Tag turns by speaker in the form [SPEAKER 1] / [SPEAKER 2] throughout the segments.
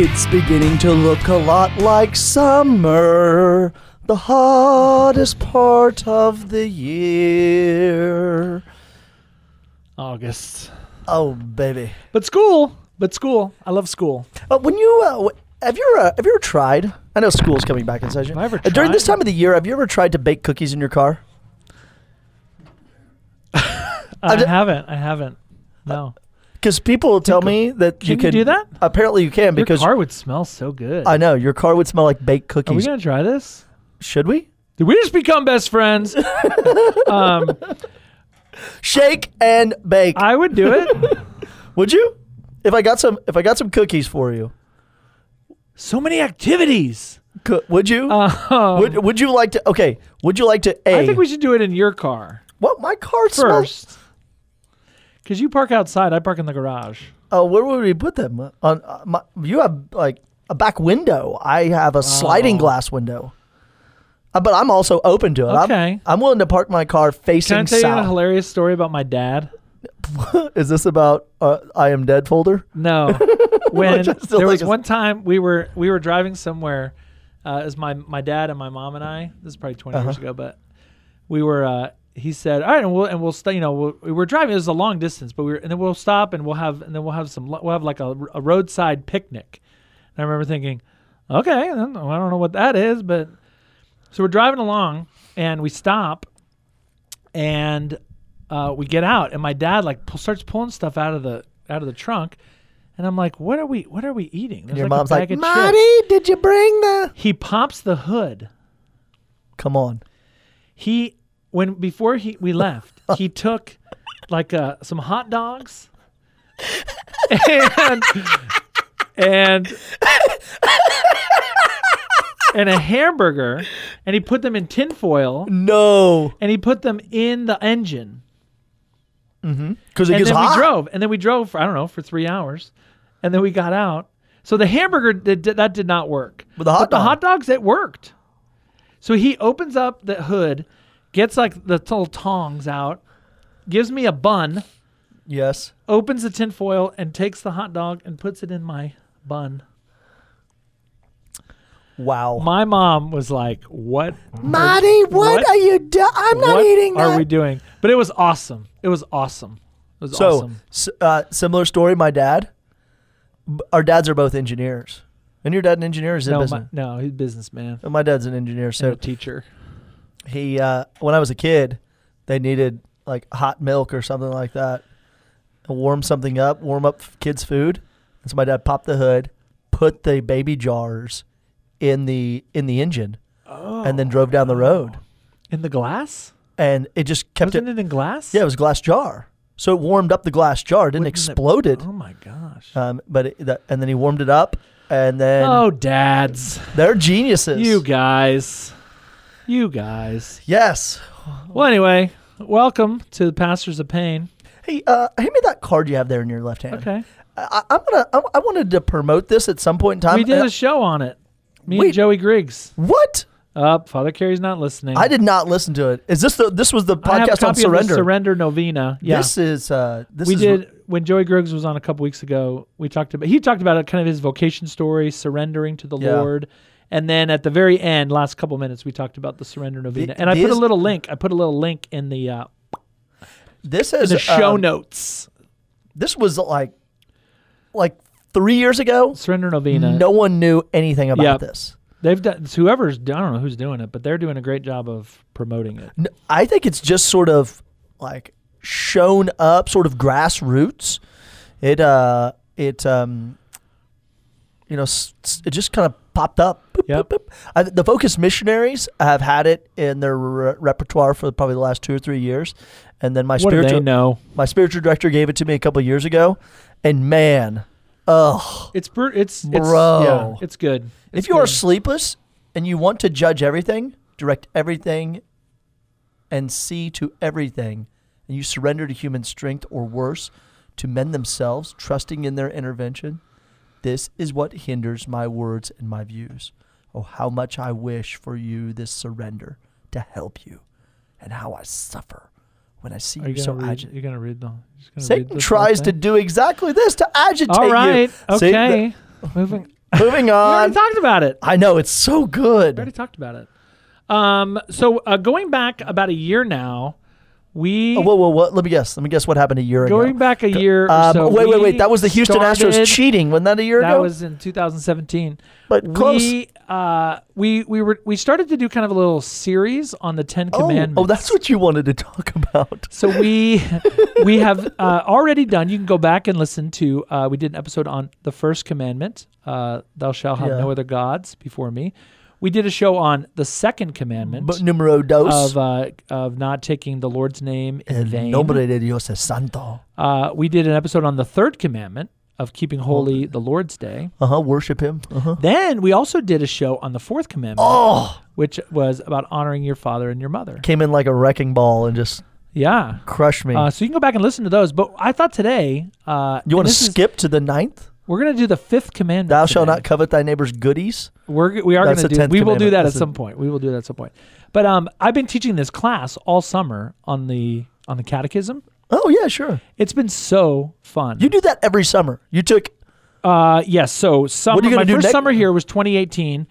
[SPEAKER 1] It's beginning to look a lot like summer, the hottest part of the year.
[SPEAKER 2] August.
[SPEAKER 1] Oh, baby.
[SPEAKER 2] But school, but school. I love school.
[SPEAKER 1] Uh, when you uh, w- have you ever, uh, have you ever tried? I know school's coming back in session.
[SPEAKER 2] Have I ever
[SPEAKER 1] Uh, During this
[SPEAKER 2] tried?
[SPEAKER 1] time of the year, have you ever tried to bake cookies in your car?
[SPEAKER 2] I
[SPEAKER 1] d-
[SPEAKER 2] haven't. I haven't. No.
[SPEAKER 1] Because people tell me that you
[SPEAKER 2] can you
[SPEAKER 1] can
[SPEAKER 2] do that?
[SPEAKER 1] Apparently, you can because
[SPEAKER 2] Your car would smell so good.
[SPEAKER 1] I know your car would smell like baked
[SPEAKER 2] Are we
[SPEAKER 1] cookies.
[SPEAKER 2] gonna try this?
[SPEAKER 1] Should we
[SPEAKER 2] Did we just become best friends? um,
[SPEAKER 1] shake and bake?
[SPEAKER 2] I would do it.
[SPEAKER 1] would you? If I got some, if I got some cookies for you,
[SPEAKER 2] So many activities.
[SPEAKER 1] cou- would you?
[SPEAKER 2] Um,
[SPEAKER 1] would Would you like to? Okay, would you like to? A
[SPEAKER 2] I think we should do it in your car
[SPEAKER 1] what my car smells.
[SPEAKER 2] first. Because you park outside, I park in the garage.
[SPEAKER 1] Oh, where would we put them? On uh, my, you have like a back window. I have a sliding
[SPEAKER 2] Oh.
[SPEAKER 1] glass window. Uh, but I'm also open to it. I'm-
[SPEAKER 2] Okay.
[SPEAKER 1] I'm, willing to park my car
[SPEAKER 2] Can I
[SPEAKER 1] facing
[SPEAKER 2] tell you a
[SPEAKER 1] south.
[SPEAKER 2] hilarious story about my dad?
[SPEAKER 1] Is this about uh, I am dead folder?
[SPEAKER 2] No. When
[SPEAKER 1] Which I still
[SPEAKER 2] there
[SPEAKER 1] think
[SPEAKER 2] was
[SPEAKER 1] is-
[SPEAKER 2] one time we were we were driving somewhere, uh, as my my dad and my mom and I. This is probably 20 years
[SPEAKER 1] Uh-huh.
[SPEAKER 2] ago, but we were. Uh, he said, "All right, and we'll and we'll stay. You know, we'll, we were driving. It was a long distance, but we were, and then we'll stop and we'll have and then we'll have some. lo- We'll have like a, a roadside picnic." And I remember thinking, "Okay, then, I don't know what that is, but." So we're driving along and we stop and uh, we get out and my dad like pu- starts pulling stuff out of the out of the trunk and I'm like, what are we what are we eating? There's
[SPEAKER 1] Your
[SPEAKER 2] a
[SPEAKER 1] mom's like,
[SPEAKER 2] bag of
[SPEAKER 1] Marty,
[SPEAKER 2] chips."
[SPEAKER 1] did you bring the?
[SPEAKER 2] He pops the hood.
[SPEAKER 1] Come on.
[SPEAKER 2] He when before he we left, he took like uh, some hot dogs and and and a hamburger and he put them in tinfoil
[SPEAKER 1] No,
[SPEAKER 2] and he put them in the engine.
[SPEAKER 1] because it
[SPEAKER 2] and
[SPEAKER 1] gets
[SPEAKER 2] then
[SPEAKER 1] hot.
[SPEAKER 2] we drove, and then we drove for I don't know for three hours, and then we got out. So the hamburger did, did- that did not work.
[SPEAKER 1] But the hot
[SPEAKER 2] the
[SPEAKER 1] dog.
[SPEAKER 2] hot dogs it worked. So he opens up the hood, gets like the little tongs out, gives me a bun,
[SPEAKER 1] yes.
[SPEAKER 2] opens the tinfoil, and takes the hot dog and puts it in my bun.
[SPEAKER 1] Wow.
[SPEAKER 2] My mom was like, "What,
[SPEAKER 1] Marty, what,
[SPEAKER 2] what-
[SPEAKER 1] are you doing? I'm not
[SPEAKER 2] what
[SPEAKER 1] eating that.
[SPEAKER 2] are we doing?" But it was awesome. It was awesome. It was
[SPEAKER 1] So,
[SPEAKER 2] awesome.
[SPEAKER 1] s- uh, similar story. My dad, B- our dads are both engineers, and your dad an engineer is in
[SPEAKER 2] No,
[SPEAKER 1] business.
[SPEAKER 2] my, no, he's a businessman,
[SPEAKER 1] My, dad's an engineer,
[SPEAKER 2] and a
[SPEAKER 1] so
[SPEAKER 2] teacher.
[SPEAKER 1] he. Uh, when I was a kid, they needed like hot milk or something like that, to warm something up, warm up f- kids' food. And so my dad popped the hood, put the baby jars in the in the engine, and then drove
[SPEAKER 2] Oh,
[SPEAKER 1] down the road,
[SPEAKER 2] In the glass?
[SPEAKER 1] and it just kept
[SPEAKER 2] Wasn't
[SPEAKER 1] it.
[SPEAKER 2] it in glass?
[SPEAKER 1] Yeah, it was a glass jar, so it warmed up the glass jar. It didn't
[SPEAKER 2] Wouldn't it-
[SPEAKER 1] explode it.
[SPEAKER 2] Oh my gosh.
[SPEAKER 1] Um, but it, that, and then he warmed it up, and then
[SPEAKER 2] oh, dads.
[SPEAKER 1] they're geniuses.
[SPEAKER 2] You guys. You guys.
[SPEAKER 1] yes.
[SPEAKER 2] Well, anyway, welcome to the Pastors of Pain.
[SPEAKER 1] Hey, uh, hand me that card you have there in your left hand.
[SPEAKER 2] Okay.
[SPEAKER 1] I, I- I'm gonna. I, I wanted to promote this at some point in time.
[SPEAKER 2] we did
[SPEAKER 1] and I-
[SPEAKER 2] a show on it. Me
[SPEAKER 1] Wait.
[SPEAKER 2] and Joey Griggs.
[SPEAKER 1] what?
[SPEAKER 2] Up. Father Carey's not listening.
[SPEAKER 1] I did not listen to it. Is this the? This was the
[SPEAKER 2] I have
[SPEAKER 1] podcast
[SPEAKER 2] a
[SPEAKER 1] on
[SPEAKER 2] copy of the
[SPEAKER 1] surrender.
[SPEAKER 2] surrender Novena. Yeah.
[SPEAKER 1] This is. Uh, this
[SPEAKER 2] we
[SPEAKER 1] is,
[SPEAKER 2] did when Joey Griggs was on a couple weeks ago. We talked about he talked about kind of his vocation story, surrendering to the
[SPEAKER 1] Yeah.
[SPEAKER 2] Lord, and then at the very end, last couple minutes, we talked about the surrender novena. and I put a
[SPEAKER 1] this-
[SPEAKER 2] little link. I put a little link in the uh,
[SPEAKER 1] This
[SPEAKER 2] in
[SPEAKER 1] is
[SPEAKER 2] the show
[SPEAKER 1] um,
[SPEAKER 2] notes.
[SPEAKER 1] This was like, like three years ago.
[SPEAKER 2] Surrender novena.
[SPEAKER 1] No one knew anything about
[SPEAKER 2] Yeah.
[SPEAKER 1] this.
[SPEAKER 2] They've done it's whoever's I don't know who's doing it, but they're doing a great job of promoting it.
[SPEAKER 1] N- I think it's just sort of like shown up, sort of grassroots. It uh, it um, you know, s- s- it just kind of popped up. Boop,
[SPEAKER 2] Yep.
[SPEAKER 1] boop, boop. I, the Focus Missionaries have had it in their re- repertoire for probably the last two or three years, and then my
[SPEAKER 2] What do they
[SPEAKER 1] spiritual
[SPEAKER 2] know?
[SPEAKER 1] my spiritual director gave it to me a couple years ago, and man, ugh,
[SPEAKER 2] It's br- it's it's
[SPEAKER 1] Bro.
[SPEAKER 2] yeah, it's good. It's
[SPEAKER 1] if you are
[SPEAKER 2] good.
[SPEAKER 1] sleepless and you want to judge everything, direct everything, and see to everything, and you surrender to human strength or worse, to men themselves, trusting in their intervention, this is what hinders my words and my views. Oh, how much I wish for you this surrender to help you, and how I suffer when I see
[SPEAKER 2] are
[SPEAKER 1] you,
[SPEAKER 2] you gonna
[SPEAKER 1] so
[SPEAKER 2] read,
[SPEAKER 1] agitated.
[SPEAKER 2] you're gonna read the you're just gonna read
[SPEAKER 1] Satan
[SPEAKER 2] this whole
[SPEAKER 1] tries
[SPEAKER 2] thing?
[SPEAKER 1] to do exactly this to agitate
[SPEAKER 2] All right.
[SPEAKER 1] you. See, th-
[SPEAKER 2] Okay. Moving.
[SPEAKER 1] Moving
[SPEAKER 2] We
[SPEAKER 1] on.
[SPEAKER 2] already talked about it.
[SPEAKER 1] I know it's so
[SPEAKER 2] Uh, We already
[SPEAKER 1] good.
[SPEAKER 2] talked about it. Um, so uh, going back about a year now, we
[SPEAKER 1] Oh, whoa, whoa, whoa! Let me guess. Let me guess. What happened a year ago?
[SPEAKER 2] going back a year. or
[SPEAKER 1] Um,
[SPEAKER 2] so,
[SPEAKER 1] wait, wait,
[SPEAKER 2] we
[SPEAKER 1] wait! That was the Houston Astros
[SPEAKER 2] started-
[SPEAKER 1] cheating. Wasn't that a year
[SPEAKER 2] That
[SPEAKER 1] ago?
[SPEAKER 2] was in 2017.
[SPEAKER 1] but close.
[SPEAKER 2] We uh, we we were we started to do kind of a little series on the Ten
[SPEAKER 1] oh,
[SPEAKER 2] Commandments.
[SPEAKER 1] oh, that's what you wanted to talk about.
[SPEAKER 2] So we we have uh, already done. You can go back and listen to. Uh, we did an episode on the first commandment: uh, "Thou shalt have
[SPEAKER 1] Yeah.
[SPEAKER 2] no other gods before me." We did a show on the second commandment
[SPEAKER 1] But numero dos.
[SPEAKER 2] of uh, of not taking the Lord's name in
[SPEAKER 1] El
[SPEAKER 2] vain.
[SPEAKER 1] nombre de Dios es santo.
[SPEAKER 2] Uh, we did an episode on the third commandment of keeping holy the Lord's day.
[SPEAKER 1] Uh huh. Worship him. Uh huh.
[SPEAKER 2] Then we also did a show on the fourth commandment,
[SPEAKER 1] Oh,
[SPEAKER 2] which was about honoring your father and your mother.
[SPEAKER 1] came in like a wrecking ball and just
[SPEAKER 2] Yeah.
[SPEAKER 1] crushed me.
[SPEAKER 2] Uh, so you can go back and listen to those. But I thought today, uh,
[SPEAKER 1] you
[SPEAKER 2] and
[SPEAKER 1] want to
[SPEAKER 2] this is-
[SPEAKER 1] skip to the ninth?
[SPEAKER 2] We're gonna do the fifth commandment.
[SPEAKER 1] Thou shalt
[SPEAKER 2] today.
[SPEAKER 1] not covet thy neighbor's goodies.
[SPEAKER 2] We're g- we are
[SPEAKER 1] That's
[SPEAKER 2] gonna
[SPEAKER 1] the
[SPEAKER 2] do.
[SPEAKER 1] 10th
[SPEAKER 2] We will
[SPEAKER 1] commandment.
[SPEAKER 2] do that
[SPEAKER 1] That's
[SPEAKER 2] at
[SPEAKER 1] the-
[SPEAKER 2] some point. We will do that at some point. But um, I've been teaching this class all summer on the on the catechism.
[SPEAKER 1] Oh yeah, sure.
[SPEAKER 2] It's been so fun.
[SPEAKER 1] You do that every summer. You took
[SPEAKER 2] uh, yes. So summer.
[SPEAKER 1] you gonna
[SPEAKER 2] my
[SPEAKER 1] do
[SPEAKER 2] first
[SPEAKER 1] next-
[SPEAKER 2] summer here was 2018.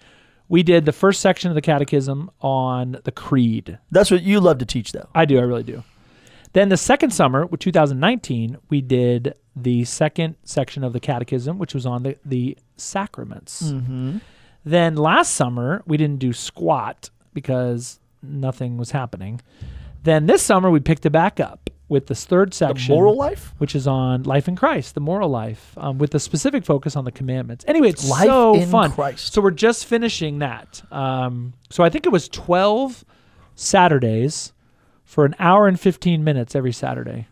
[SPEAKER 2] We did the first section of the catechism on the creed.
[SPEAKER 1] that's what you love to teach though.
[SPEAKER 2] I do. I really do. Then the second summer, with 2019, we did the second section of the catechism, which was on the the sacraments.
[SPEAKER 1] Mm-hmm.
[SPEAKER 2] Then last summer, we didn't do squat because nothing was happening. Then this summer, we picked it back up with this third
[SPEAKER 1] The
[SPEAKER 2] section,
[SPEAKER 1] moral life?
[SPEAKER 2] which is on life in Christ, the moral life, um, with a specific focus on the commandments. Anyway, it's
[SPEAKER 1] Life
[SPEAKER 2] so
[SPEAKER 1] in
[SPEAKER 2] fun.
[SPEAKER 1] Christ.
[SPEAKER 2] So we're just finishing that. Um, so I think it was 12 Saturdays for an hour and 15 minutes every Saturday.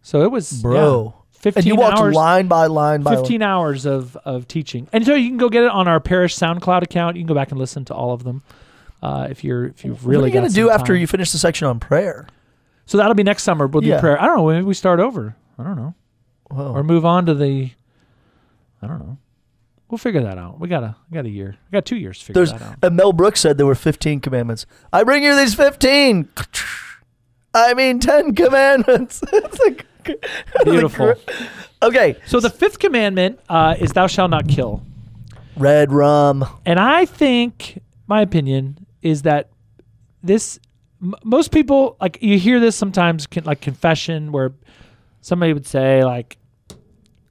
[SPEAKER 2] So it was
[SPEAKER 1] Bro.
[SPEAKER 2] yeah, 15
[SPEAKER 1] and you walked
[SPEAKER 2] hours.
[SPEAKER 1] line by line by
[SPEAKER 2] 15 hours of, of teaching. And so you can go get it on our parish SoundCloud account. You can go back and listen to all of them uh, if you're if
[SPEAKER 1] line.
[SPEAKER 2] you've
[SPEAKER 1] What are
[SPEAKER 2] really
[SPEAKER 1] you gonna
[SPEAKER 2] got
[SPEAKER 1] do
[SPEAKER 2] some
[SPEAKER 1] after
[SPEAKER 2] time.
[SPEAKER 1] you finish the section on prayer?
[SPEAKER 2] So that'll be next summer. We'll
[SPEAKER 1] Yeah.
[SPEAKER 2] do prayer. I don't know. Maybe we start over. I don't know.
[SPEAKER 1] Whoa.
[SPEAKER 2] Or move on to the. I don't know. We'll figure that out. We got a we got a year. We got two years to figure
[SPEAKER 1] There's
[SPEAKER 2] that out.
[SPEAKER 1] and Mel Brooks said there were 15 commandments. I bring you these 15. I mean 10 commandments. it's like
[SPEAKER 2] Beautiful.
[SPEAKER 1] Okay,
[SPEAKER 2] So the fifth commandment uh, is "Thou shalt not kill,"
[SPEAKER 1] red rum.
[SPEAKER 2] and I think my opinion is that this m- most people like you hear this sometimes can, like confession where somebody would say like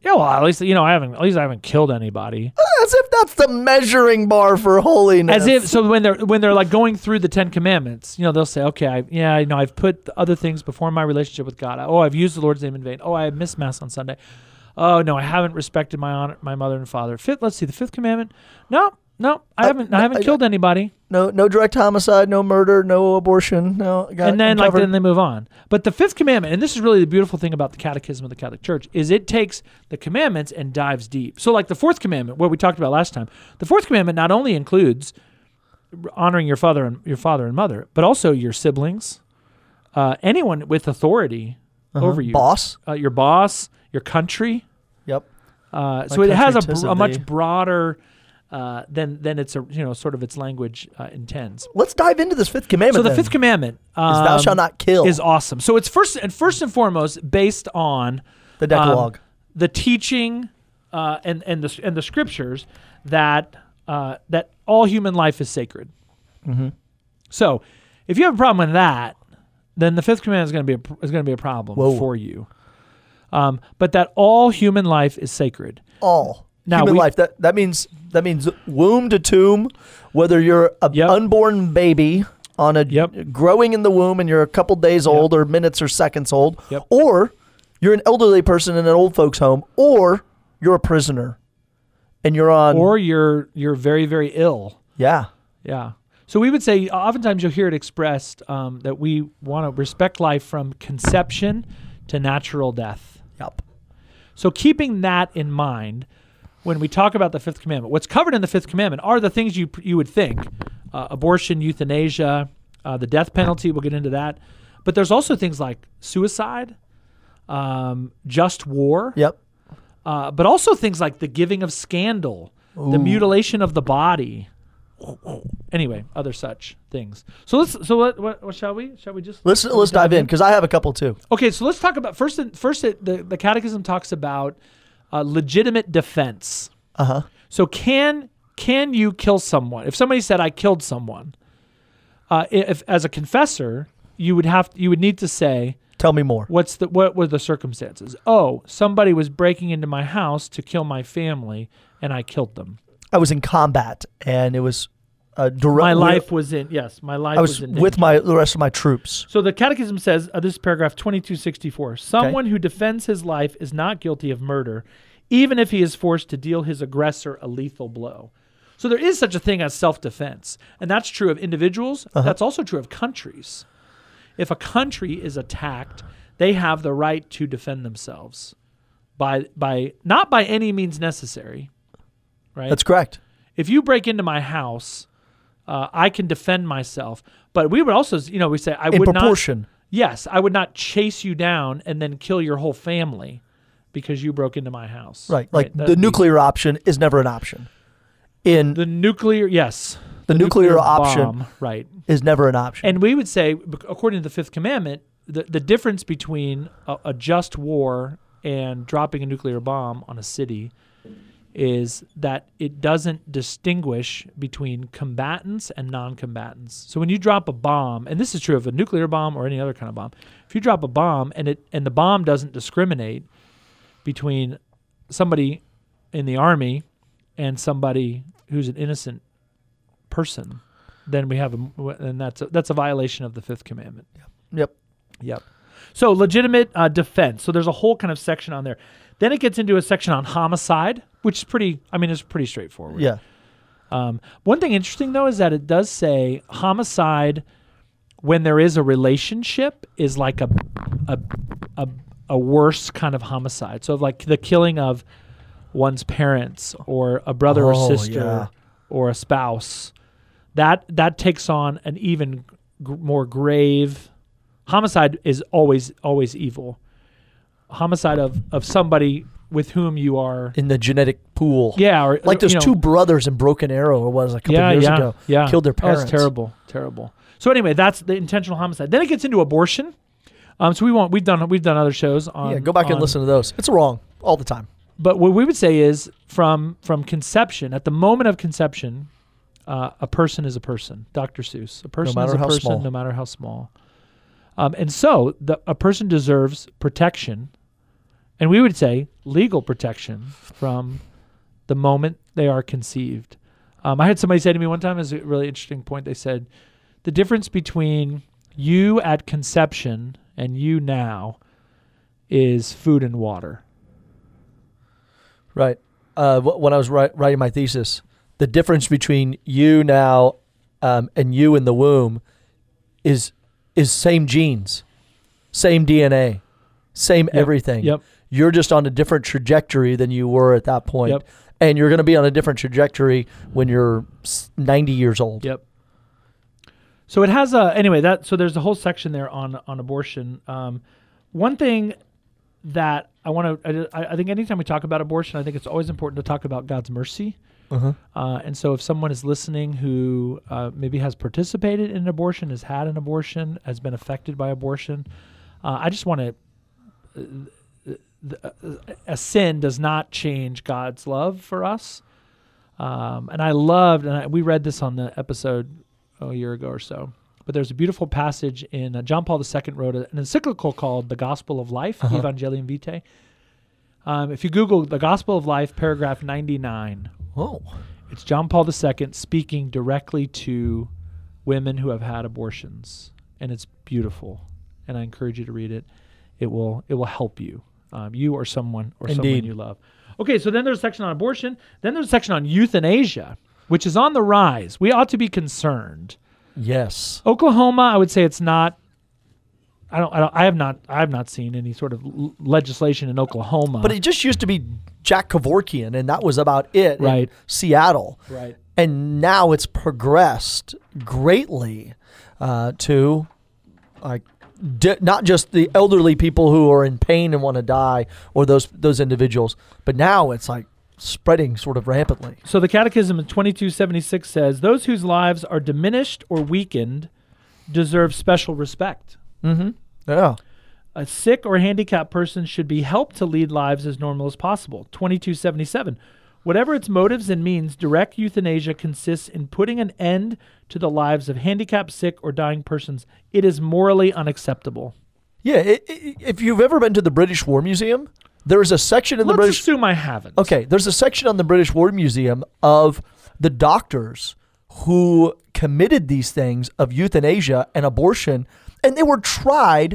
[SPEAKER 2] yeah well at least you know i haven't at least i haven't killed anybody
[SPEAKER 1] As if that's the measuring bar for holiness.
[SPEAKER 2] as if so when they're when they're like going through the 10 commandments you know they'll say okay I, yeah you know i've put the other things before my relationship with god oh i've used the lord's name in vain oh i missed mass on sunday oh no i haven't respected my honor my mother and father fifth let's see the fifth commandment no no i
[SPEAKER 1] Uh,
[SPEAKER 2] haven't i haven't
[SPEAKER 1] I-
[SPEAKER 2] killed anybody
[SPEAKER 1] no, no direct homicide, no murder, no abortion, no. Got
[SPEAKER 2] and
[SPEAKER 1] it
[SPEAKER 2] then like
[SPEAKER 1] covered.
[SPEAKER 2] then they move on. But the fifth commandment, and this is really the beautiful thing about the catechism of the Catholic Church, is it takes the commandments and dives deep. So like the fourth commandment, what we talked about last time, the fourth commandment not only includes honoring your father and your father and mother, but also your siblings, uh, anyone with authority
[SPEAKER 1] Uh-huh.
[SPEAKER 2] over you,
[SPEAKER 1] boss.
[SPEAKER 2] uh, your boss, your country.
[SPEAKER 1] Yep.
[SPEAKER 2] Uh, so
[SPEAKER 1] My
[SPEAKER 2] it has a,
[SPEAKER 1] country 'tis
[SPEAKER 2] br-
[SPEAKER 1] of
[SPEAKER 2] a
[SPEAKER 1] thee.
[SPEAKER 2] much broader uh, than than it's a you know sort of its language uh, intends.
[SPEAKER 1] Let's dive into this fifth commandment.
[SPEAKER 2] So the
[SPEAKER 1] then.
[SPEAKER 2] fifth commandment um,
[SPEAKER 1] is "Thou shalt not kill."
[SPEAKER 2] is awesome. So it's first and first and foremost based on
[SPEAKER 1] the Decalogue.
[SPEAKER 2] um, the teaching, uh, and and the and the scriptures that uh, that all human life is sacred. So if you have a problem with that, then the fifth commandment is going to be a, pr- is going to be a problem
[SPEAKER 1] Whoa.
[SPEAKER 2] for you. Um, but that all human life is sacred.
[SPEAKER 1] All
[SPEAKER 2] Now
[SPEAKER 1] human
[SPEAKER 2] we-
[SPEAKER 1] life. That that means that means womb to tomb. Whether you're a
[SPEAKER 2] Yep.
[SPEAKER 1] unborn baby on a
[SPEAKER 2] Yep.
[SPEAKER 1] growing in the womb and you're a couple days old or minutes or seconds old,
[SPEAKER 2] Yep.
[SPEAKER 1] or you're an elderly person in an old folks home, or you're a prisoner and you're on.
[SPEAKER 2] Or you're you're very very ill.
[SPEAKER 1] yeah.
[SPEAKER 2] Yeah. So we would say, uh, oftentimes you'll hear it expressed um, that we want to respect life from conception to natural death.
[SPEAKER 1] Yep.
[SPEAKER 2] So keeping that in mind when we talk about the fifth commandment, what's covered in the fifth commandment are the things you you would think: uh, abortion, euthanasia, uh, the death penalty. We'll get into that, but there's also things like suicide, um, just war,
[SPEAKER 1] Yep.
[SPEAKER 2] uh, but also things like the giving of scandal, the mutilation of the body. Anyway, other such things. So let's. So what? What, what shall we? Shall we just?
[SPEAKER 1] Let's
[SPEAKER 2] shall we
[SPEAKER 1] let's dive in because I have a couple too.
[SPEAKER 2] Okay, so let's talk about first. First, it, the the Catechism talks about uh, legitimate defense.
[SPEAKER 1] Uh huh.
[SPEAKER 2] So can can you kill someone? If somebody said I killed someone, uh, i- if as a confessor, you would have you would need to say
[SPEAKER 1] Tell me more.
[SPEAKER 2] what's the what were the circumstances? Oh, somebody was breaking into my house to kill my family, and I killed them.
[SPEAKER 1] I was in combat, and it was uh, direct.
[SPEAKER 2] My life was in yes, my life
[SPEAKER 1] I was
[SPEAKER 2] in
[SPEAKER 1] with
[SPEAKER 2] danger.
[SPEAKER 1] my the rest of my troops.
[SPEAKER 2] So the Catechism says uh, this is paragraph 2264 someone who defends his life is not guilty of murder, even if he is forced to deal his aggressor a lethal blow. So there is such a thing as self defense. And that's true of individuals,
[SPEAKER 1] Uh-huh.
[SPEAKER 2] that's also true of countries. If a country is attacked, they have the right to defend themselves by, by not by any means necessary. Right?
[SPEAKER 1] That's correct.
[SPEAKER 2] if you break into my house, uh, I can defend myself. But we would also, you know, we say I
[SPEAKER 1] In
[SPEAKER 2] would
[SPEAKER 1] proportion.
[SPEAKER 2] not. Yes, I would not chase you down and then kill your whole family because you broke into my house.
[SPEAKER 1] Right. Like
[SPEAKER 2] that'd
[SPEAKER 1] the
[SPEAKER 2] be-
[SPEAKER 1] nuclear option is never an option. In
[SPEAKER 2] the nuclear. Yes,
[SPEAKER 1] The nuclear option.
[SPEAKER 2] bomb, right?
[SPEAKER 1] is never an option.
[SPEAKER 2] And we would say, bec- according to the Fifth Commandment, the the difference between a, a just war and dropping a nuclear bomb on a city is that it doesn't distinguish between combatants and non-combatants. So when you drop a bomb, and this is true of a nuclear bomb or any other kind of bomb, if you drop a bomb and it and the bomb doesn't discriminate between somebody in the army and somebody who's an innocent person, then we have a and that's a, that's a violation of the fifth commandment.
[SPEAKER 1] yep.
[SPEAKER 2] Yep. So legitimate uh, defense. So there's a whole kind of section on there. Then it gets into a section on homicide, which is pretty. I mean, it's pretty straightforward.
[SPEAKER 1] Yeah.
[SPEAKER 2] Um, one thing interesting though is that it does say homicide when there is a relationship is like a a a, a worse kind of homicide. So like the killing of one's parents or a brother
[SPEAKER 1] Oh,
[SPEAKER 2] or sister
[SPEAKER 1] yeah.
[SPEAKER 2] or a spouse that that takes on an even gr more grave homicide is always always evil homicide of of somebody with whom you are
[SPEAKER 1] In the genetic pool.
[SPEAKER 2] yeah or
[SPEAKER 1] Like those
[SPEAKER 2] you know,
[SPEAKER 1] two brothers in Broken Arrow, or was it, a couple
[SPEAKER 2] yeah,
[SPEAKER 1] years
[SPEAKER 2] yeah,
[SPEAKER 1] ago?
[SPEAKER 2] Yeah,
[SPEAKER 1] Killed their parents.
[SPEAKER 2] Oh, it's terrible, terrible. So anyway, that's the intentional homicide. Then it gets into abortion. Um, so we want we've done we've done other shows on.
[SPEAKER 1] Yeah. Go back and
[SPEAKER 2] on-
[SPEAKER 1] listen to those. It's wrong all the time.
[SPEAKER 2] But what we would say is from from conception at the moment of conception, uh, a person is a person. Dr. Seuss, a person
[SPEAKER 1] matter
[SPEAKER 2] is a
[SPEAKER 1] how
[SPEAKER 2] person,
[SPEAKER 1] small.
[SPEAKER 2] no matter how small. Um, and so the, a person deserves protection, and we would say legal protection from the moment they are conceived. Um, I had somebody say to me one time, is a really interesting point. They said, the difference between you at conception and you now is food and water.
[SPEAKER 1] Right. Uh, wh- when I was wri- writing my thesis, the difference between you now um, and you in the womb is is same genes, same DNA, same
[SPEAKER 2] Yep.
[SPEAKER 1] everything.
[SPEAKER 2] Yep.
[SPEAKER 1] You're just on a different trajectory than you were at that point.
[SPEAKER 2] Yep.
[SPEAKER 1] And you're going to be on a different trajectory when you're s- 90 years old.
[SPEAKER 2] Yep. So it has a anyway that so there's a whole section there on on abortion. Um, one thing that I want to I, I think anytime we talk about abortion, I think it's always important to talk about God's mercy.
[SPEAKER 1] Uh-huh.
[SPEAKER 2] Uh, and so, if someone is listening who uh, maybe has participated in an abortion, has had an abortion, has been affected by abortion, uh, I just want to. A sin does not change God's love for us. Um, and I loved, and I, we read this on the episode oh, a year ago or so. But there's a beautiful passage in uh, John Paul II wrote an encyclical called "The Gospel of Life," Evangelium Vitae. Um, if you Google "The Gospel of Life," paragraph 99,
[SPEAKER 1] Oh.
[SPEAKER 2] it's John Paul II speaking directly to women who have had abortions, and it's beautiful. And I encourage you to read it. It will it will help you, um, you or someone or someone
[SPEAKER 1] Indeed.
[SPEAKER 2] you love. Okay, so then there's a section on abortion. Then there's a section on euthanasia, which is on the rise. We ought to be concerned.
[SPEAKER 1] Yes.
[SPEAKER 2] Oklahoma, I would say it's not. I don't. I, don't, I have not. I have not seen any sort of l- legislation in Oklahoma.
[SPEAKER 1] But it just used to be Jack Kevorkian, and that was about it. in
[SPEAKER 2] Right.
[SPEAKER 1] Seattle.
[SPEAKER 2] right.
[SPEAKER 1] and now it's progressed greatly uh, to like di- not just the elderly people who are in pain and want to die or those those individuals but now it's like spreading sort of rampantly
[SPEAKER 2] So the Catechism in 2276 says those whose lives are diminished or weakened deserve special respect.
[SPEAKER 1] yeah
[SPEAKER 2] A sick or handicapped person should be helped to lead lives as normal as possible. 2277. Whatever its motives and means, direct euthanasia consists in putting an end to the lives of handicapped, sick, or dying persons. It is morally unacceptable.
[SPEAKER 1] Yeah, i i if you've ever been to the British War Museum, there is a section in the
[SPEAKER 2] Let's
[SPEAKER 1] British.
[SPEAKER 2] assume I haven't.
[SPEAKER 1] Okay, there's a section on the British War Museum of the doctors who committed these things of euthanasia and abortion, and they were tried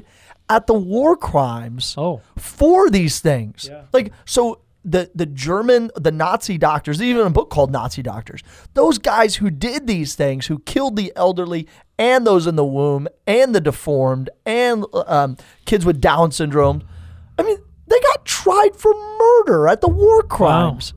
[SPEAKER 1] at the war crimes
[SPEAKER 2] Oh.
[SPEAKER 1] for these things.
[SPEAKER 2] Yeah.
[SPEAKER 1] Like so the the German the Nazi doctors, there's even a book called Nazi Doctors. Those guys who did these things, who killed the elderly and those in the womb and the deformed and um, kids with Down syndrome. I mean, they got tried for murder at the war crimes.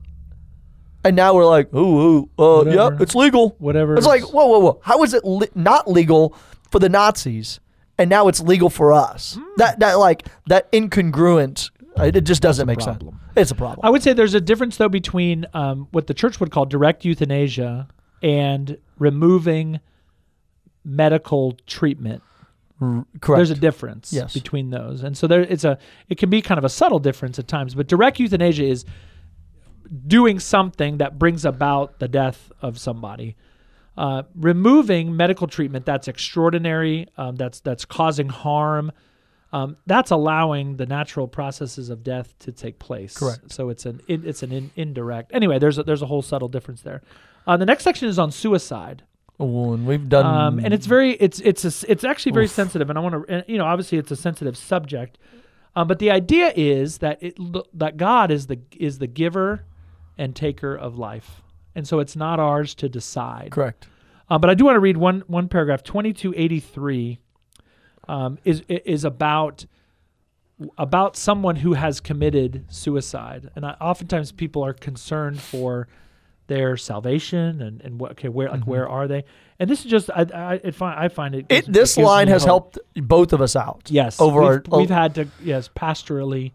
[SPEAKER 1] And now we're like, ooh, ooh uh,
[SPEAKER 2] Whatever.
[SPEAKER 1] yep, it's legal.
[SPEAKER 2] Whatever.
[SPEAKER 1] It's like, whoa, whoa, whoa. How is it li- not legal for the Nazis, and now it's legal for us?
[SPEAKER 2] Hmm.
[SPEAKER 1] That that like that incongruent. uh, It, it just doesn't make sense.
[SPEAKER 2] problem.
[SPEAKER 1] It's a problem.
[SPEAKER 2] I would say there's a difference though between um, what the church would call direct euthanasia and removing medical treatment.
[SPEAKER 1] Correct.
[SPEAKER 2] There's a difference
[SPEAKER 1] Yes.
[SPEAKER 2] between those, and so there it's a it can be kind of a subtle difference at times. But direct euthanasia is doing something that brings about the death of somebody. Uh, removing medical treatment that's extraordinary, um, that's that's causing harm. Um, that's allowing the natural processes of death to take place.
[SPEAKER 1] Correct.
[SPEAKER 2] So it's an in, it's an in, indirect. Anyway, there's a, there's a whole subtle difference there. Uh, the next section is on suicide.
[SPEAKER 1] Ooh, and we've done.
[SPEAKER 2] Um, and it's very it's it's a s it's actually very sensitive, and I want to you know obviously it's a sensitive subject, um, but the idea is that it l- that God is the is the giver and taker of life, and so it's not ours to decide.
[SPEAKER 1] correct.
[SPEAKER 2] Uh, but I do want to read one one paragraph. Twenty two eighty three um, is is about about someone who has committed suicide, and I, oftentimes people are concerned for their salvation and and what okay where like where are they? And this is just I I, it find, I find it,
[SPEAKER 1] Mm-hmm. It
[SPEAKER 2] gives-
[SPEAKER 1] this
[SPEAKER 2] gives
[SPEAKER 1] line
[SPEAKER 2] me
[SPEAKER 1] has
[SPEAKER 2] hope.
[SPEAKER 1] helped both of us out.
[SPEAKER 2] Yes.
[SPEAKER 1] Over
[SPEAKER 2] we've,
[SPEAKER 1] our oh,
[SPEAKER 2] we've had to yes, pastorally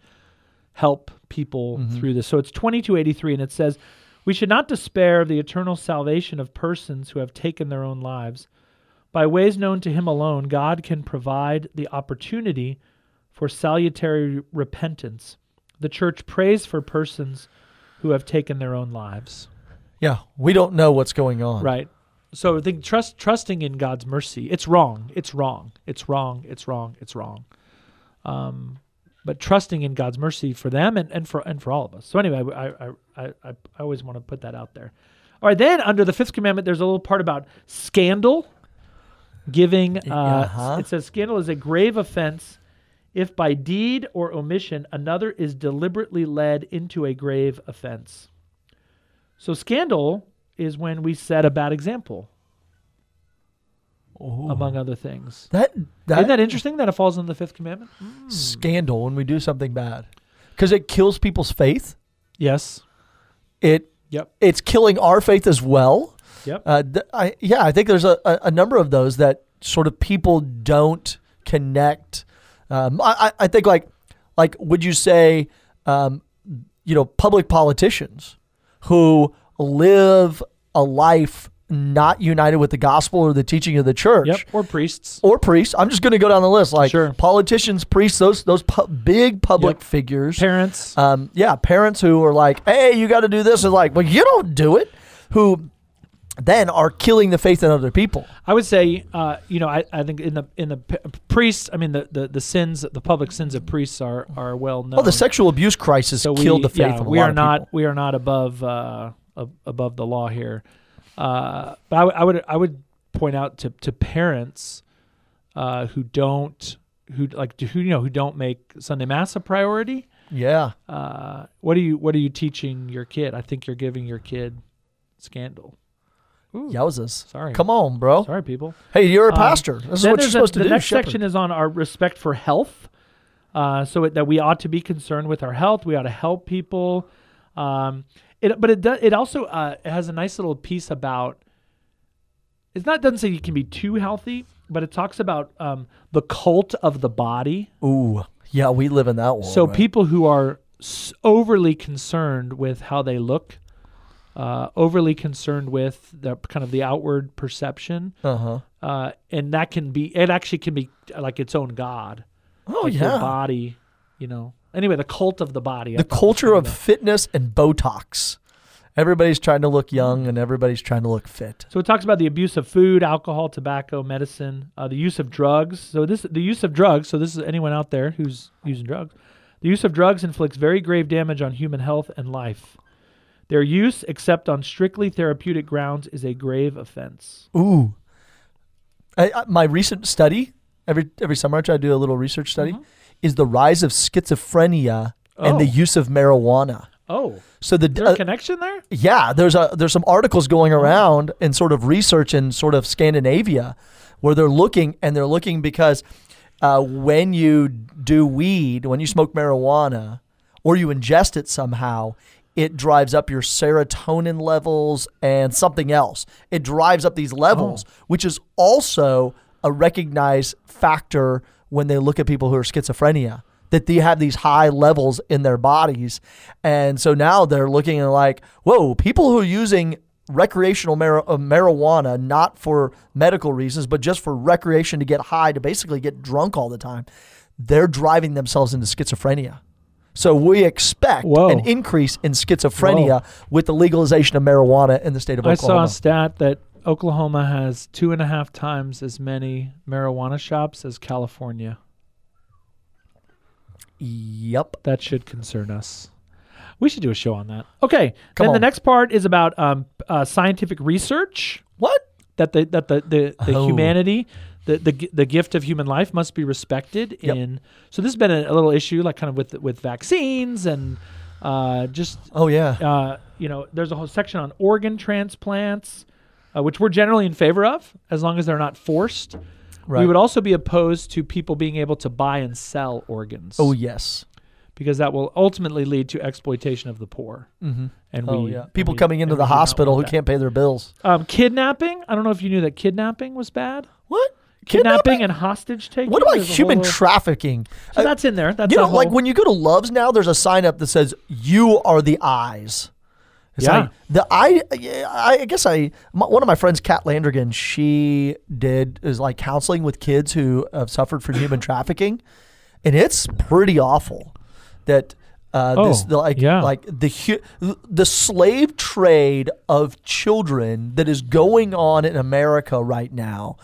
[SPEAKER 2] help people
[SPEAKER 1] Mm-hmm.
[SPEAKER 2] through this. So it's 2283 and it says, "We should not despair of the eternal salvation of persons who have taken their own lives. By ways known to him alone, God can provide the opportunity for salutary repentance. The church prays for persons who have taken their own lives."
[SPEAKER 1] yeah. We don't know what's going on.
[SPEAKER 2] Right. So I think trust trusting in God's mercy. It's wrong. It's wrong. It's wrong. It's wrong. It's wrong. Um, but trusting in God's mercy for them and, and for and for all of us. So anyway, I I, I, I, I always want to put that out there. All right. Then under the fifth commandment, there's a little part about scandal. Giving. Uh,
[SPEAKER 1] Uh-huh.
[SPEAKER 2] It says scandal is a grave offense if by deed or omission another is deliberately led into a grave offense. So scandal is when we set a bad example,
[SPEAKER 1] Ooh.
[SPEAKER 2] among other things.
[SPEAKER 1] That
[SPEAKER 2] is
[SPEAKER 1] that,
[SPEAKER 2] Isn't that interesting that it falls under the fifth commandment?
[SPEAKER 1] scandal when we do something bad, because it kills people's faith.
[SPEAKER 2] Yes.
[SPEAKER 1] It
[SPEAKER 2] Yep.
[SPEAKER 1] it's killing our faith as well.
[SPEAKER 2] Yep.
[SPEAKER 1] Uh, th- I, yeah, I think there's a, a, a number of those that sort of people don't connect. Um, I, I I think like like would you say um, you know public politicians who live a life not united with the gospel or the teaching of the church
[SPEAKER 2] yep. Or priests.
[SPEAKER 1] or priests. I'm just going to go down the list like
[SPEAKER 2] Sure.
[SPEAKER 1] politicians, priests, those those pu- big public
[SPEAKER 2] Yep.
[SPEAKER 1] figures
[SPEAKER 2] Parents.
[SPEAKER 1] um, yeah, parents who are like, "Hey, you got to do this," and like, "Well, you don't do it," who then are killing the faith in other people.
[SPEAKER 2] I would say, uh, you know, I, I think in the in the p- priests, I mean the, the, the sins, the public sins of priests are are well known.
[SPEAKER 1] Oh, the sexual abuse crisis
[SPEAKER 2] Um, so we,
[SPEAKER 1] killed the faith
[SPEAKER 2] yeah,
[SPEAKER 1] of a
[SPEAKER 2] we
[SPEAKER 1] lot
[SPEAKER 2] are
[SPEAKER 1] of
[SPEAKER 2] not
[SPEAKER 1] people.
[SPEAKER 2] we are not above uh, ab- above the law here uh, but I, w- I would i would point out to, to parents uh, who don't who like who you know who don't make sunday mass a priority
[SPEAKER 1] Yeah,
[SPEAKER 2] uh, what are you what are you teaching your kid i think you're giving your kid scandal Ooh,
[SPEAKER 1] yowzas.
[SPEAKER 2] sorry
[SPEAKER 1] Come on, bro.
[SPEAKER 2] sorry people
[SPEAKER 1] Hey, you're a
[SPEAKER 2] Um,
[SPEAKER 1] pastor. This is
[SPEAKER 2] then
[SPEAKER 1] what you're
[SPEAKER 2] there's a-
[SPEAKER 1] supposed to
[SPEAKER 2] the
[SPEAKER 1] do.
[SPEAKER 2] next
[SPEAKER 1] shepherd.
[SPEAKER 2] section is on our respect for health. Uh, so it, that we ought to be concerned with our health. We ought to help people. Um, it, but it do, it also uh, it has a nice little piece about. It's not doesn't say you can be too healthy, but it talks about um, the cult of the body.
[SPEAKER 1] Ooh, yeah, we live in that world.
[SPEAKER 2] So
[SPEAKER 1] Oh, right?
[SPEAKER 2] people who are s- overly concerned with how they look, uh, overly concerned with the kind of the outward perception,
[SPEAKER 1] Uh huh.
[SPEAKER 2] uh, and that can be it actually can be uh, like its own god.
[SPEAKER 1] Oh
[SPEAKER 2] like your
[SPEAKER 1] yeah,
[SPEAKER 2] body, you know. Anyway, the cult of the body. I
[SPEAKER 1] the
[SPEAKER 2] thought was
[SPEAKER 1] culture
[SPEAKER 2] kind
[SPEAKER 1] of fitness and Botox. Everybody's trying to look young and everybody's trying to look fit.
[SPEAKER 2] So it talks about the abuse of food, alcohol, tobacco, medicine, uh, the use of drugs. So this the use of drugs. So this is anyone out there who's using drugs. The use of drugs inflicts very grave damage on human health and life. Their use, except on strictly therapeutic grounds, is a grave offense.
[SPEAKER 1] Ooh. I, I, my recent study, every every summer I try to do a little research study, is the rise of schizophrenia and the
[SPEAKER 2] Oh.
[SPEAKER 1] use of marijuana.
[SPEAKER 2] Oh,
[SPEAKER 1] So the
[SPEAKER 2] there
[SPEAKER 1] uh,
[SPEAKER 2] a connection there?
[SPEAKER 1] yeah, there's a there's some articles going around and sort of research in sort of Scandinavia where they're looking and they're looking because uh, when you do weed, when you smoke marijuana, or you ingest it somehow, it drives up your serotonin levels and something else. It drives up these levels, which is also a recognized factor when they look at people who are schizophrenia that they have these high levels in their bodies. And so now they're looking and like, whoa, people who are using recreational mar- uh, marijuana, not for medical reasons, but just for recreation to get high, to basically get drunk all the time, they're driving themselves into schizophrenia. So we expect
[SPEAKER 2] Whoa.
[SPEAKER 1] an increase in schizophrenia with the legalization of marijuana in the state of
[SPEAKER 2] I saw
[SPEAKER 1] Oklahoma.
[SPEAKER 2] a stat that Oklahoma has two and a half times as many marijuana shops as California.
[SPEAKER 1] Yep.
[SPEAKER 2] That should concern us. We should do a show on that. Okay.
[SPEAKER 1] Come
[SPEAKER 2] then the
[SPEAKER 1] on.
[SPEAKER 2] next part is about um, uh, scientific research
[SPEAKER 1] What?
[SPEAKER 2] that the that the the, the
[SPEAKER 1] Oh.
[SPEAKER 2] humanity. The, the, gi- the gift of human life must be respected
[SPEAKER 1] Yep.
[SPEAKER 2] in so this has been a, a little issue like kind of with with vaccines and uh, just
[SPEAKER 1] Oh yeah.
[SPEAKER 2] uh, you know there's a whole section on organ transplants uh, which we're generally in favor of as long as they're not forced
[SPEAKER 1] Right.
[SPEAKER 2] we would also be opposed to people being able to buy and sell organs
[SPEAKER 1] oh yes.
[SPEAKER 2] because that will ultimately lead to exploitation of the poor. Mm-hmm. And
[SPEAKER 1] Oh
[SPEAKER 2] we,
[SPEAKER 1] yeah.
[SPEAKER 2] and
[SPEAKER 1] People
[SPEAKER 2] we-
[SPEAKER 1] coming into
[SPEAKER 2] and we
[SPEAKER 1] the
[SPEAKER 2] do not
[SPEAKER 1] hospital who
[SPEAKER 2] want that.
[SPEAKER 1] can't pay their bills.
[SPEAKER 2] Um, kidnapping. I don't know if you knew that kidnapping was bad.
[SPEAKER 1] What?
[SPEAKER 2] Kidnapping, and hostage taking.
[SPEAKER 1] What about
[SPEAKER 2] There's a
[SPEAKER 1] human
[SPEAKER 2] whole-
[SPEAKER 1] trafficking?
[SPEAKER 2] so
[SPEAKER 1] Uh,
[SPEAKER 2] that's in there. That's
[SPEAKER 1] you
[SPEAKER 2] a
[SPEAKER 1] know, like
[SPEAKER 2] whole-
[SPEAKER 1] when you go to Love's now, there's a sign up that says "You are the eyes." It's
[SPEAKER 2] Yeah.
[SPEAKER 1] like the I, I I guess I my, one of my friends, Kat Landrigan, she did is like counseling with kids who have suffered from human trafficking, and it's pretty awful that uh, this
[SPEAKER 2] Oh,
[SPEAKER 1] like
[SPEAKER 2] yeah.
[SPEAKER 1] like the hu- the slave trade of children that is going on in America right now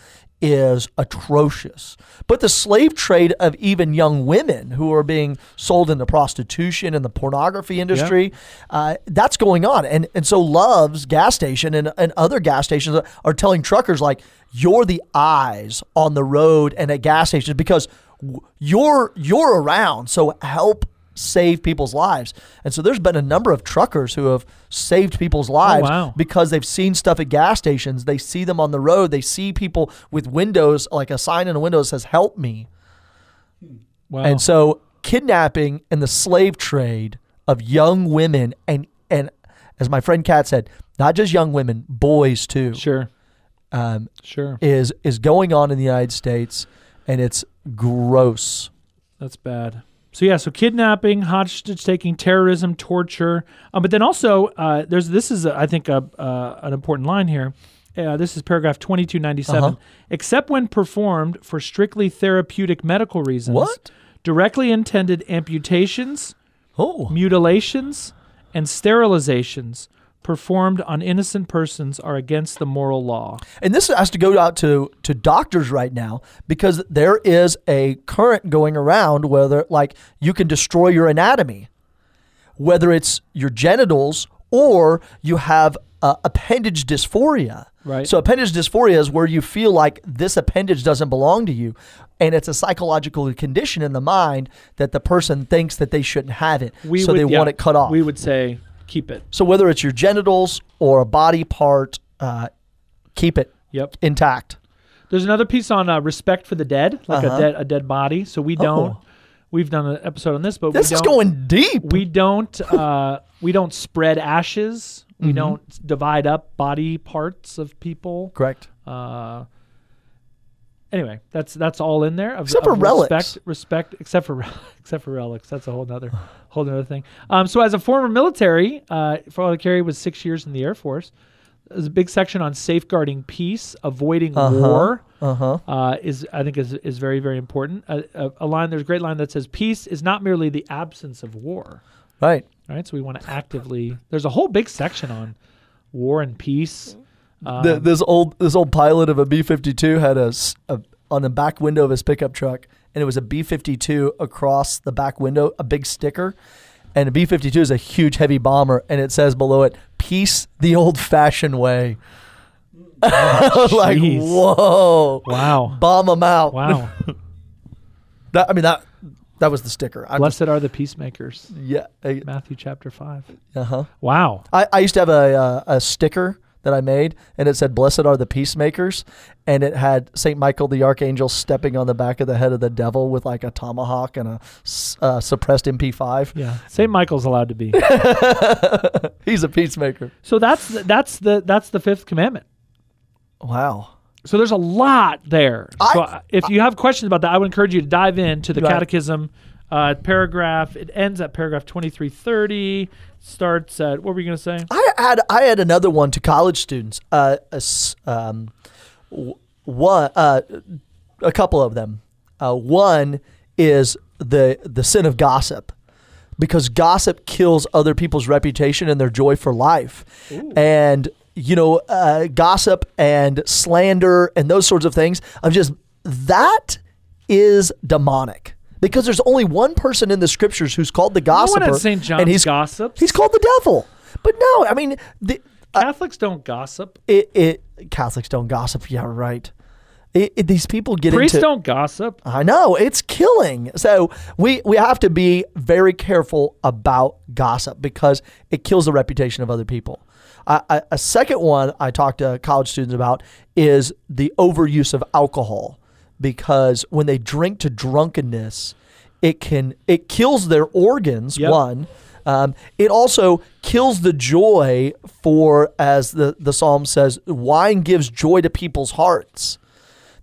[SPEAKER 1] is atrocious. But the slave trade of even young women who are being sold into prostitution and the pornography industry, uh, that's going on. And and so Love's gas station and, and other gas stations are telling truckers like you're the eyes on the road and at gas stations because w- you're you're around. So help save people's lives. And so there's been a number of truckers who have saved people's lives
[SPEAKER 2] Oh, wow.
[SPEAKER 1] because they've seen stuff at gas stations. They see them on the road. They see people with windows, like a sign in a window that says, Help me.
[SPEAKER 2] wow.
[SPEAKER 1] And so kidnapping and the slave trade of young women and and as my friend Kat said, not just young women, boys too,
[SPEAKER 2] sure,
[SPEAKER 1] um,
[SPEAKER 2] sure,
[SPEAKER 1] is is going on in the United States, and it's gross.
[SPEAKER 2] that's bad. So yeah, so kidnapping, hostage taking, terrorism, torture, um, but then also uh, there's this is uh, I think a, uh, an important line here. Uh, this is paragraph 2297.
[SPEAKER 1] Uh-huh.
[SPEAKER 2] Except when performed for strictly therapeutic medical reasons,
[SPEAKER 1] What?
[SPEAKER 2] directly intended amputations,
[SPEAKER 1] Oh,
[SPEAKER 2] mutilations, and sterilizations performed on innocent persons are against the moral law.
[SPEAKER 1] And this has to go out to to doctors right now because there is a current going around whether like you can destroy your anatomy, whether it's your genitals or you have uh, appendage dysphoria.
[SPEAKER 2] Right.
[SPEAKER 1] So appendage dysphoria is where you feel like this appendage doesn't belong to you, and it's a psychological condition in the mind that the person thinks that they shouldn't have it, so they
[SPEAKER 2] yeah,
[SPEAKER 1] want it cut off.
[SPEAKER 2] We would say keep it.
[SPEAKER 1] so whether it's your genitals or a body part, uh, keep it
[SPEAKER 2] Yep.
[SPEAKER 1] intact.
[SPEAKER 2] There's another piece on uh, respect for the dead, like
[SPEAKER 1] Uh-huh.
[SPEAKER 2] a dead a dead body. So we don't.
[SPEAKER 1] Oh.
[SPEAKER 2] We've done an episode on this, but
[SPEAKER 1] This
[SPEAKER 2] we
[SPEAKER 1] is
[SPEAKER 2] don't,
[SPEAKER 1] going deep.
[SPEAKER 2] We don't. Uh, we don't spread ashes. We
[SPEAKER 1] Mm-hmm.
[SPEAKER 2] don't divide up body parts of people.
[SPEAKER 1] Correct.
[SPEAKER 2] Uh, anyway, that's that's all in there. Of,
[SPEAKER 1] Except for
[SPEAKER 2] of
[SPEAKER 1] relics.
[SPEAKER 2] Respect, respect, except for except for relics. That's a whole nother whole nother thing. Um, so as a former military, uh, Father Carey was six years in the Air Force. There's a big section on safeguarding peace, avoiding war.
[SPEAKER 1] Uh-huh.
[SPEAKER 2] Uh, is I think is is very very important. A, a, a line there's a great line that says peace is not merely the absence of war,
[SPEAKER 1] Right.
[SPEAKER 2] Right. So we want to actively. There's a whole big section on war and peace. Um,
[SPEAKER 1] Th this old this old pilot of a B fifty two had a, s- a- on the back window of his pickup truck, and it was a B fifty two across the back window, a big sticker, and a B fifty two is a huge heavy bomber, and it says below it, "Peace the old fashioned way." like
[SPEAKER 2] jeez.
[SPEAKER 1] whoa,
[SPEAKER 2] wow.
[SPEAKER 1] bomb them out.
[SPEAKER 2] Wow.
[SPEAKER 1] That, I mean that that was the sticker. I'm
[SPEAKER 2] Blessed are the peacemakers.
[SPEAKER 1] just- yeah.
[SPEAKER 2] Matthew chapter five.
[SPEAKER 1] Uh huh.
[SPEAKER 2] Wow.
[SPEAKER 1] I, I used to have a, uh, a sticker that I made, and it said, Blessed are the peacemakers. And it had St. Michael the Archangel stepping on the back of the head of the devil with like a tomahawk and a s- uh, suppressed MP5.
[SPEAKER 2] Yeah. St. Michael's allowed to be.
[SPEAKER 1] He's a peacemaker.
[SPEAKER 2] so that's the, that's the that's the fifth commandment.
[SPEAKER 1] Wow.
[SPEAKER 2] So there's a lot there.
[SPEAKER 1] I-
[SPEAKER 2] so I- if you have questions about that, I would encourage you to dive into the
[SPEAKER 1] Right.
[SPEAKER 2] Catechism uh, paragraph. It ends at paragraph 2330. Starts at what were you going to say?
[SPEAKER 1] I had I had another one to college students. Uh, a s- um, w- one, uh, a couple of them. Uh, one is the the sin of gossip, because gossip kills other people's reputation and their joy for life, and you know, uh, gossip and slander and those sorts of things. Of just that is demonic. Because there's only one person in the scriptures who's called the
[SPEAKER 2] No one
[SPEAKER 1] gossiper,
[SPEAKER 2] at St. John's
[SPEAKER 1] and he's
[SPEAKER 2] gossips.
[SPEAKER 1] He's called the devil. But no, I mean, the, uh,
[SPEAKER 2] Catholics don't gossip.
[SPEAKER 1] it, it Catholics don't gossip. Yeah, right. It, it- these people get
[SPEAKER 2] Priests
[SPEAKER 1] into.
[SPEAKER 2] don't gossip.
[SPEAKER 1] I know it's killing. So we we have to be very careful about gossip because it kills the reputation of other people. I, I, a second one I talk to college students about is the overuse of alcohol because when they drink to drunkenness, it can it kills their organs.
[SPEAKER 2] Yep.
[SPEAKER 1] One one. Um, it also kills the joy for, as the, the psalm says, wine gives joy to people's hearts.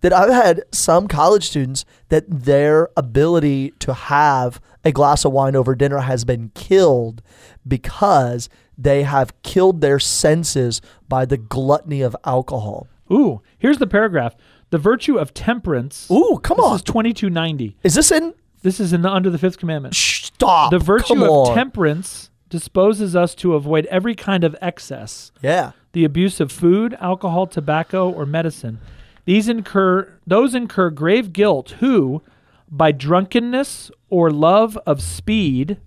[SPEAKER 1] That I've had some college students that their ability to have a glass of wine over dinner has been killed because they have killed their senses by the gluttony of alcohol.
[SPEAKER 2] Ooh, here's the paragraph. The virtue of temperance.
[SPEAKER 1] Ooh, come
[SPEAKER 2] this
[SPEAKER 1] on.
[SPEAKER 2] is 2290.
[SPEAKER 1] Is this in?
[SPEAKER 2] This is in the, under the fifth commandment.
[SPEAKER 1] Stop.
[SPEAKER 2] The
[SPEAKER 1] Come
[SPEAKER 2] virtue of
[SPEAKER 1] on.
[SPEAKER 2] temperance disposes us to avoid every kind of excess,
[SPEAKER 1] Yeah.
[SPEAKER 2] the abuse of food, alcohol, tobacco, or medicine. These incur those incur grave guilt who, by drunkenness or love of speed,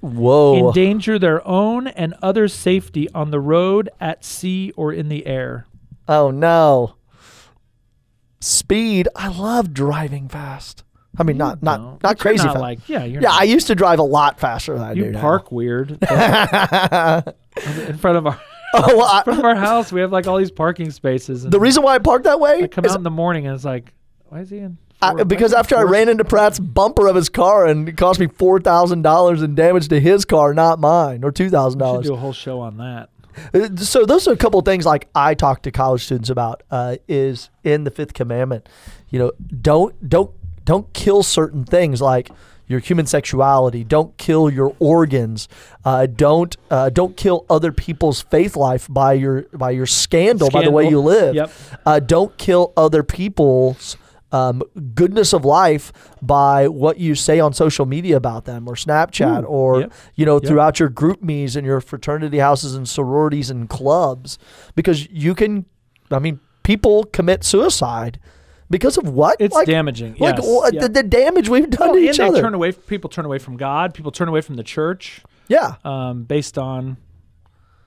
[SPEAKER 1] Whoa.
[SPEAKER 2] endanger their own and others' safety on the road, at sea, or in the air.
[SPEAKER 1] Oh no. Speed. I love driving fast. I mean, not not
[SPEAKER 2] No.
[SPEAKER 1] not
[SPEAKER 2] But you're
[SPEAKER 1] crazy
[SPEAKER 2] not
[SPEAKER 1] fast.
[SPEAKER 2] Like yeah, you're
[SPEAKER 1] yeah,
[SPEAKER 2] not-
[SPEAKER 1] I used to drive a lot faster than I
[SPEAKER 2] you
[SPEAKER 1] do now.
[SPEAKER 2] park weird in front of our
[SPEAKER 1] oh, well, I,
[SPEAKER 2] front of our house. We have like all these parking spaces. And
[SPEAKER 1] the reason why I parked that way
[SPEAKER 2] I come
[SPEAKER 1] is
[SPEAKER 2] out in the morning and it's like, why is he in?
[SPEAKER 1] I,
[SPEAKER 2] four-
[SPEAKER 1] because
[SPEAKER 2] why is he
[SPEAKER 1] after I
[SPEAKER 2] in four-
[SPEAKER 1] ran into Pratt's bumper of his car and it cost me four thousand dollars in damage to his car, not mine, or two thousand
[SPEAKER 2] We should
[SPEAKER 1] dollars.
[SPEAKER 2] do a whole show on that.
[SPEAKER 1] Uh, so those are a couple of things like I talk to college students about uh, is in the fifth commandment. You know, don't don't don't kill certain things like your human sexuality. Don't kill your organs. Uh, don't uh, don't kill other people's faith life by your by your scandal, by the way you
[SPEAKER 2] Scandal.
[SPEAKER 1] live.
[SPEAKER 2] Yep.
[SPEAKER 1] Uh, don't kill other people's. Um, goodness of life by what you say on social media about them or Snapchat
[SPEAKER 2] Ooh,
[SPEAKER 1] or
[SPEAKER 2] yep.
[SPEAKER 1] you know, throughout your group me's and your fraternity houses and sororities and clubs, because you can, I mean, people commit suicide because of what?
[SPEAKER 2] It's
[SPEAKER 1] like,
[SPEAKER 2] damaging.
[SPEAKER 1] Like
[SPEAKER 2] yes.
[SPEAKER 1] what-
[SPEAKER 2] Yeah.
[SPEAKER 1] the, the damage we've done
[SPEAKER 2] Well,
[SPEAKER 1] to
[SPEAKER 2] and
[SPEAKER 1] each
[SPEAKER 2] they
[SPEAKER 1] other.
[SPEAKER 2] turn away. People turn away from God. People turn away from the church,
[SPEAKER 1] yeah,
[SPEAKER 2] um, based on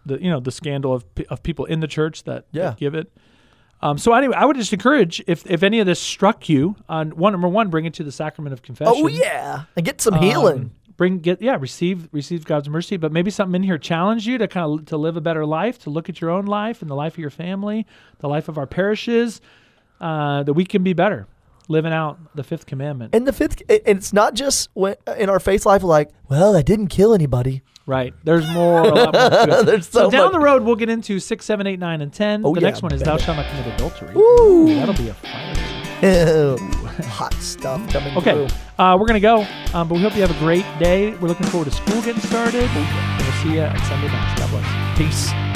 [SPEAKER 2] the you know the scandal of pe- of people in the church that, that
[SPEAKER 1] Yeah.
[SPEAKER 2] give it. Um, so anyway, I would just encourage if if any of this struck you on one number one, bring it to the sacrament of confession.
[SPEAKER 1] oh yeah, and get some
[SPEAKER 2] Um,
[SPEAKER 1] healing.
[SPEAKER 2] Bring get yeah, receive receive God's mercy, but maybe something in here challenge you to kind of to live a better life, to look at your own life and the life of your family, the life of our parishes, uh, that we can be better, living out the fifth commandment.
[SPEAKER 1] And the fifth, and it's not just when, in our faith life. Like, well, I didn't kill anybody.
[SPEAKER 2] right? There's more. A lot more to it.
[SPEAKER 1] There's
[SPEAKER 2] so,
[SPEAKER 1] so
[SPEAKER 2] down
[SPEAKER 1] much.
[SPEAKER 2] the road, we'll get into six, seven, eight, nine, and ten.
[SPEAKER 1] Oh,
[SPEAKER 2] the
[SPEAKER 1] yeah,
[SPEAKER 2] next one is thou shalt not commit adultery.
[SPEAKER 1] Woo.
[SPEAKER 2] That'll be a fire.
[SPEAKER 1] Ew. Hot stuff coming.
[SPEAKER 2] Okay,
[SPEAKER 1] through.
[SPEAKER 2] uh, we're gonna go, um, but we hope you have a great day. We're looking forward to school getting started. And we'll see you on Sunday night. God bless.
[SPEAKER 1] peace.